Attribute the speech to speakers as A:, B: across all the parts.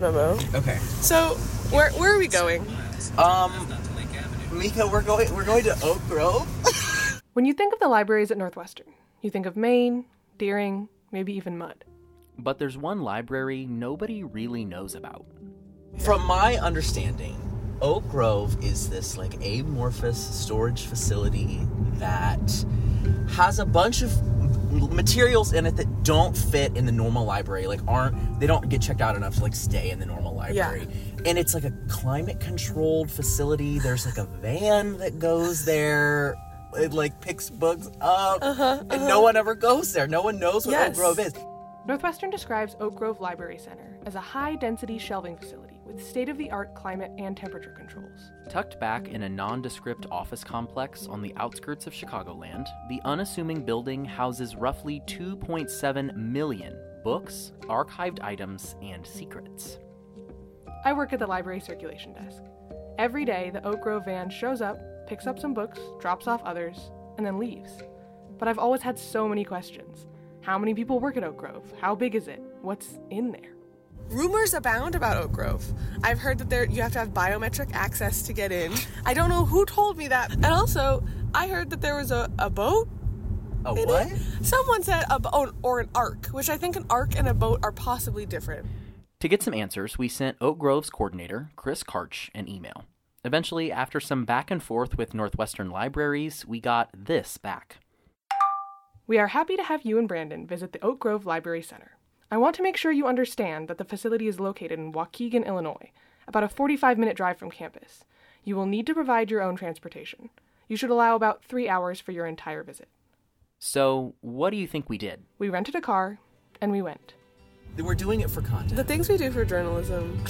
A: memo.
B: Okay.
A: So, where where are we going?
B: Um, Mika, we're going we're going to Oak Grove.
C: When you think of the libraries at Northwestern, you think of Maine, Deering, maybe even Mudd.
D: But there's one library nobody really knows about.
B: From my understanding, Oak Grove is this like amorphous storage facility that has a bunch of materials in it that don't fit in the normal library like aren't they don't get checked out enough to like stay in the normal library and it's like a climate controlled facility there's like a van that goes there it like picks books up and no one ever goes there no one knows what
A: Yes.
B: oak grove is
C: Northwestern describes Oak Grove Library Center as a high density shelving facility with state of the art climate and temperature controls.
D: Tucked back in a nondescript office complex on the outskirts of Chicagoland, the unassuming building houses roughly 2.7 million books, archived items, and secrets.
C: I work at the library circulation desk. Every day, the Oak Grove van shows up, picks up some books, drops off others, and then leaves. But I've always had so many questions. How many people work at Oak Grove? How big is it? What's in there?
A: Rumors abound about Oak Grove. I've heard that there you have to have biometric access to get in. I don't know who told me that. And also, I heard that there was a, a boat.
B: a
A: in
B: what
A: It. Someone said a boat or an ark, which I think an ark and a boat are possibly different.
D: To get some answers, we sent Oak Grove's coordinator, Chris Karch, an email. Eventually, after some back and forth with Northwestern libraries, we got this back.
C: We are happy to have you and Brandon visit the Oak Grove Library Center. I want to make sure you understand that the facility is located in Waukegan, Illinois, about a 45 minute drive from campus. You will need to provide your own transportation. You should allow about three hours for your entire visit.
D: So, what do you think we did?
C: We rented a car, and we went.
B: we're doing it for content
A: The things we do for journalism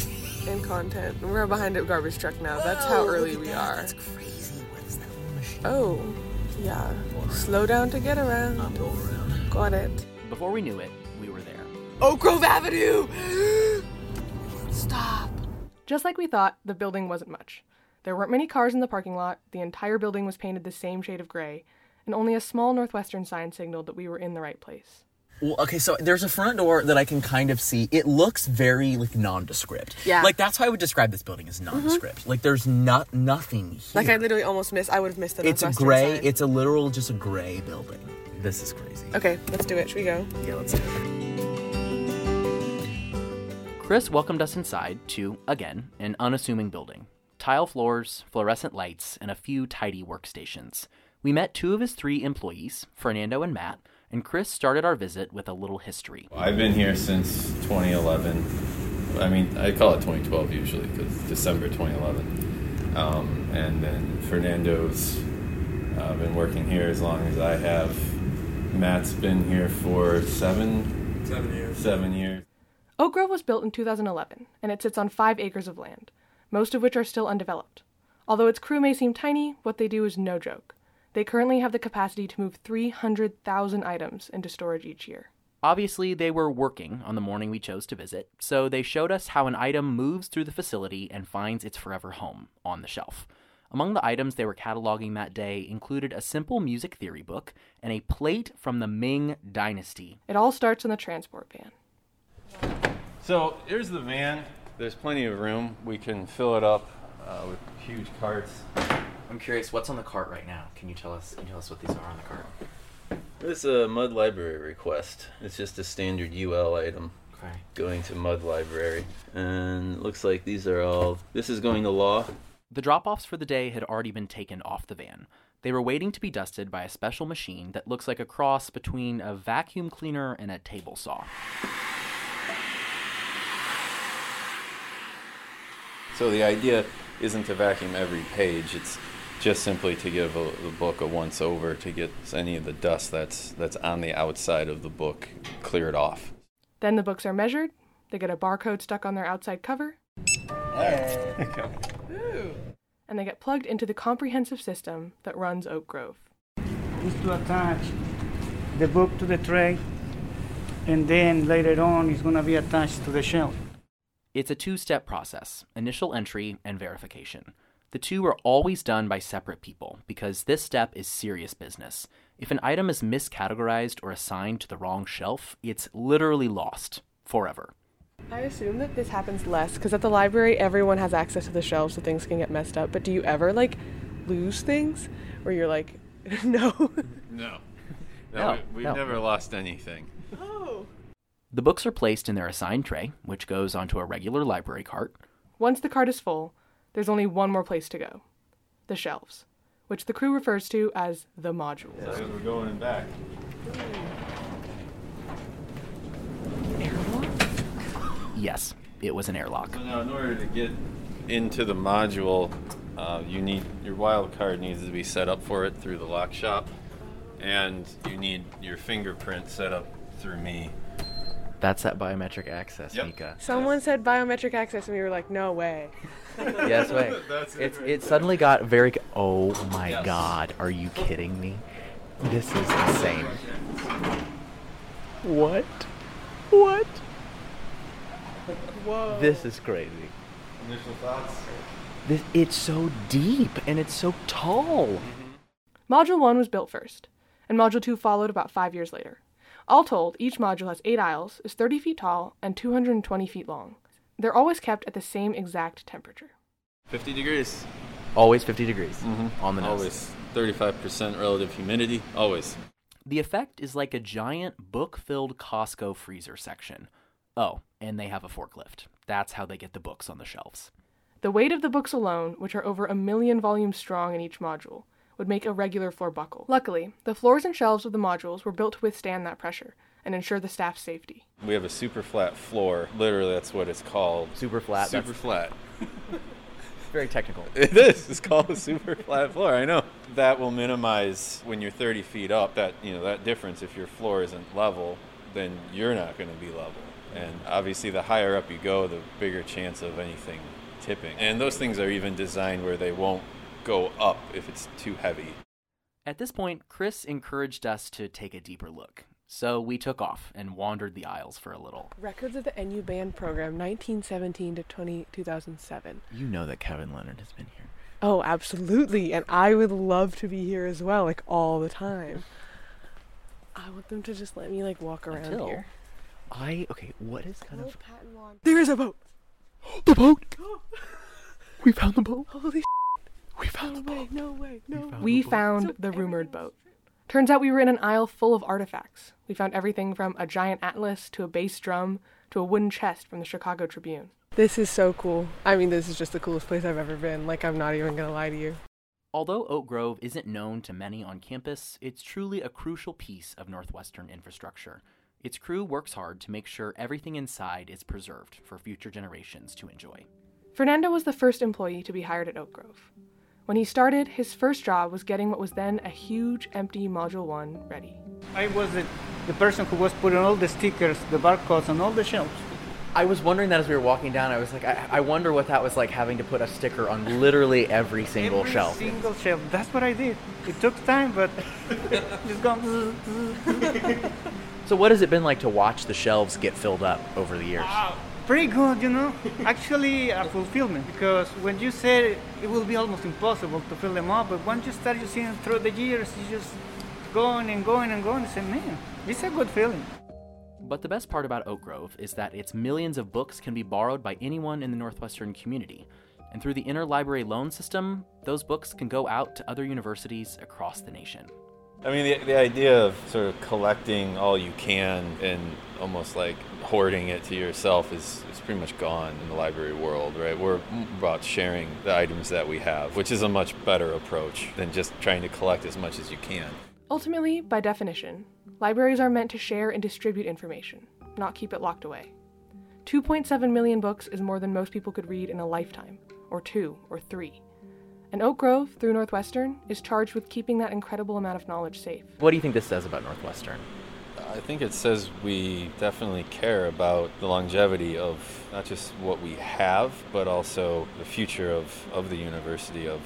A: and content. We're behind a garbage truck now. That's how
B: Whoa, Oh, look
A: early
B: at
A: we
B: that.
A: are.
B: that's crazy what is that little machine
A: Oh, yeah. Slow down to get around.
B: i'm going around
A: Got it.
D: Before we knew it, we were there.
A: Oak Grove Avenue! Stop.
C: Just like we thought, the building wasn't much. There weren't many cars in the parking lot, the entire building was painted the same shade of gray, and only a small Northwestern sign signaled that we were in the right place.
B: Well, okay, so there's a front door that I can kind of see. It looks very like nondescript. Yeah. Like that's how I would describe this building as nondescript. Like there's not nothing here.
A: Like I literally almost missed. I would have missed the
B: it's a
A: Northwestern
B: gray.
A: sign.
B: It's a literal just a gray building. This is crazy.
A: Okay, let's do it. Should we go?
B: Yeah, let's do it.
D: Chris welcomed us inside to, again, an unassuming building tile floors, fluorescent lights, and a few tidy workstations. We met two of his three employees, Fernando and Matt, and Chris started our visit with a little history.
E: I've been here since 2011. I mean, I call it 2012 usually because December 2011. Um, and then Fernando's uh, been working here as long as I have. Matt's been here for seven, seven years. Seven years.
C: Oak Grove was built in 2011, and it sits on five acres of land, most of which are still undeveloped. Although its crew may seem tiny, what they do is no joke. They currently have the capacity to move 300,000 items into storage each year.
D: Obviously, they were working on the morning we chose to visit, so they showed us how an item moves through the facility and finds its forever home on the shelf. Among the items they were cataloging that day included a simple music theory book and a plate from the Ming Dynasty.
C: It all starts in the transport van.
E: So here's the van. There's plenty of room. We can fill it up uh, with huge carts.
D: I'm curious, what's on the cart right now? Can you tell us? Can you tell us what these are on the cart?
E: This is a Mud Library request. It's just a standard UL item.
D: Okay.
E: going to Mud Library. And it looks like these are all. This is going to law.
D: The drop offs for the day had already been taken off the van. They were waiting to be dusted by a special machine that looks like a cross between a vacuum cleaner and a table saw.
E: So the idea isn't to vacuum every page. It's just simply to give a, the book a once over to get any of the dust that's that's on the outside of the book cleared off.
C: Then the books are measured, they get a barcode stuck on their outside cover, and they get plugged into the comprehensive system that runs Oak Grove.
F: is to attach the book to the tray and then later on it's going to be attached to the shelf.
D: It's a two step process initial entry and verification. The two are always done by separate people because this step is serious business. If an item is miscategorized or assigned to the wrong shelf, it's literally lost forever.
A: I assume that this happens less because at the library everyone has access to the shelves, so things can get messed up. But do you ever like lose things where you're like, no?
E: No.
D: No,
E: we, we've
D: no.
E: never lost anything.
A: Oh.
D: The books are placed in their assigned tray, which goes onto a regular library cart.
C: Once the cart is full, there's only one more place to go the shelves, which the crew refers to as the module.
E: So we're going in back.
D: Yes, it was an airlock.
E: So now, in order to get into the module, uh, you need your wild card needs to be set up for it through the lock shop, and you need your fingerprint set up through me.
D: That's that biometric access,
E: Yep.
D: Mika.
A: Someone said biometric access, and we were like, no way.
D: Yes, wait.
E: That's it
D: it's
E: right
D: it suddenly got very. c- Oh my
E: Yes.
D: god, are you kidding me? This is insane. What? What? Whoa. This is crazy.
E: Initial thoughts?
D: This it's so deep and it's so tall.
C: Module 1 was built first, and Module 2 followed about five years later. All told, each module has eight aisles, is 30 feet tall, and 220 feet long. They're always kept at the same exact temperature.
E: 50 degrees.
D: Always 50 degrees on the nose.
E: Mm-hmm. Always 35% relative humidity. Always.
D: The effect is like a giant book filled Costco freezer section. Oh, and they have a forklift. That's how they get the books on the shelves.
C: The weight of the books alone, which are over a million volumes strong in each module, would make a regular floor buckle. Luckily, the floors and shelves of the modules were built to withstand that pressure and ensure the staff's safety.
E: We have a super flat floor. Literally, that's what it's called.
D: Super flat.
E: Super
D: That's
E: flat.
D: very technical.
E: It is. It's called a super flat floor. I know. That will minimize when you're 30 feet up. That you know that difference. If your floor isn't level, then you're not going to be level. And obviously, the higher up you go, the bigger chance of anything tipping. And those things are even designed where they won't go up if it's too heavy.
D: At this point, Chris encouraged us to take a deeper look. So we took off and wandered the aisles for a little.
A: Records of the NU band program, 1917 to 20, 2007.
D: You know that Kevin Leonard has been here.
A: Oh, absolutely. And I would love to be here as well, like all the time. I want them to just let me like walk around
D: Until-
A: here.
D: I okay, what is kind of
A: There is a boat.
D: the boat? we found the boat.
A: Holy sh-
D: We found the
A: no way, no way, no way.
C: We found the rumored boat. Turns out we were in an aisle full of artifacts. We found everything from a giant atlas to a bass drum to a wooden chest from the Chicago Tribune.
A: This is so cool. I mean, this is just the coolest place I've ever been. Like, I'm not even gonna lie to you.
D: Although Oak Grove isn't known to many on campus, it's truly a crucial piece of Northwestern infrastructure. Its crew works hard to make sure everything inside is preserved for future generations to enjoy.
C: Fernando was the first employee to be hired at Oak Grove. When he started, his first job was getting what was then a huge empty Module 1 ready.
F: I was the, the person who was putting all the stickers, the barcodes on all the shelves.
G: I was wondering that as we were walking down. I was like, I, I wonder what that was like having to put a sticker on literally every single
F: Every
G: shelf.
F: Single shelf. That's what I did. It took time, but just gone. zzz, zzz.
G: So, what has it been like to watch the shelves get filled up over the years?
F: Pretty good, you know. Actually, a fulfillment because when you said it will be almost impossible to fill them up, but once you start you seeing through the years, you just going and going and going. It's a man. It's a good feeling.
D: But the best part about Oak Grove is that its millions of books can be borrowed by anyone in the Northwestern community. And through the interlibrary loan system, those books can go out to other universities across the nation.
E: I mean, the, the idea of sort of collecting all you can and almost like hoarding it to yourself is, is pretty much gone in the library world, right? We're about sharing the items that we have, which is a much better approach than just trying to collect as much as you can.
C: Ultimately, by definition, libraries are meant to share and distribute information, not keep it locked away. 2.7 million books is more than most people could read in a lifetime, or two, or three. And Oak Grove, through Northwestern, is charged with keeping that incredible amount of knowledge safe.
G: What do you think this says about Northwestern?
E: I think it says we definitely care about the longevity of not just what we have, but also the future of, of the university of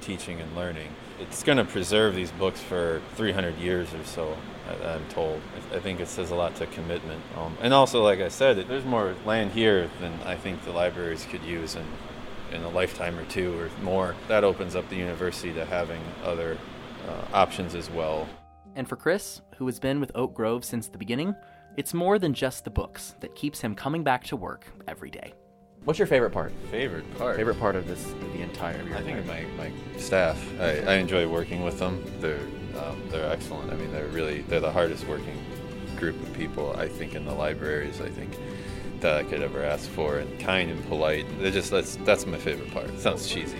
E: teaching and learning. It's going to preserve these books for 300 years or so, I, I'm told. I, I think it says a lot to commitment. Um, and also, like I said, there's more land here than I think the libraries could use in, in a lifetime or two or more. That opens up the university to having other uh, options as well.
D: And for Chris, who has been with Oak Grove since the beginning, It's more than just the books that keeps him coming back to work every day.
G: What's your favorite part?
E: Favorite part.
G: Favorite part of this, of the entire. Of your
E: I think
G: life?
E: my, my staff. I, I enjoy working with them. They're um, they're excellent. I mean, they're really they're the hardest working group of people I think in the libraries. I think that I could ever ask for, and kind and polite. They just that's that's my favorite part. sounds cheesy.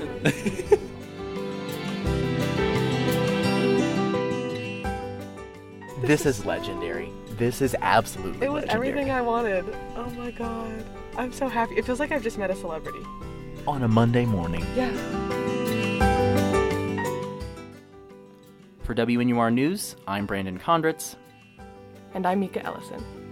G: This is legendary. This is absolutely.
A: It was
G: legendary.
A: everything I wanted. Oh my god. I'm so happy. It feels like I've just met a celebrity.
G: on a Monday morning.
A: Yeah.
D: For WNUR News, I'm Brandon Condritz.
C: And I'm Mika Ellison.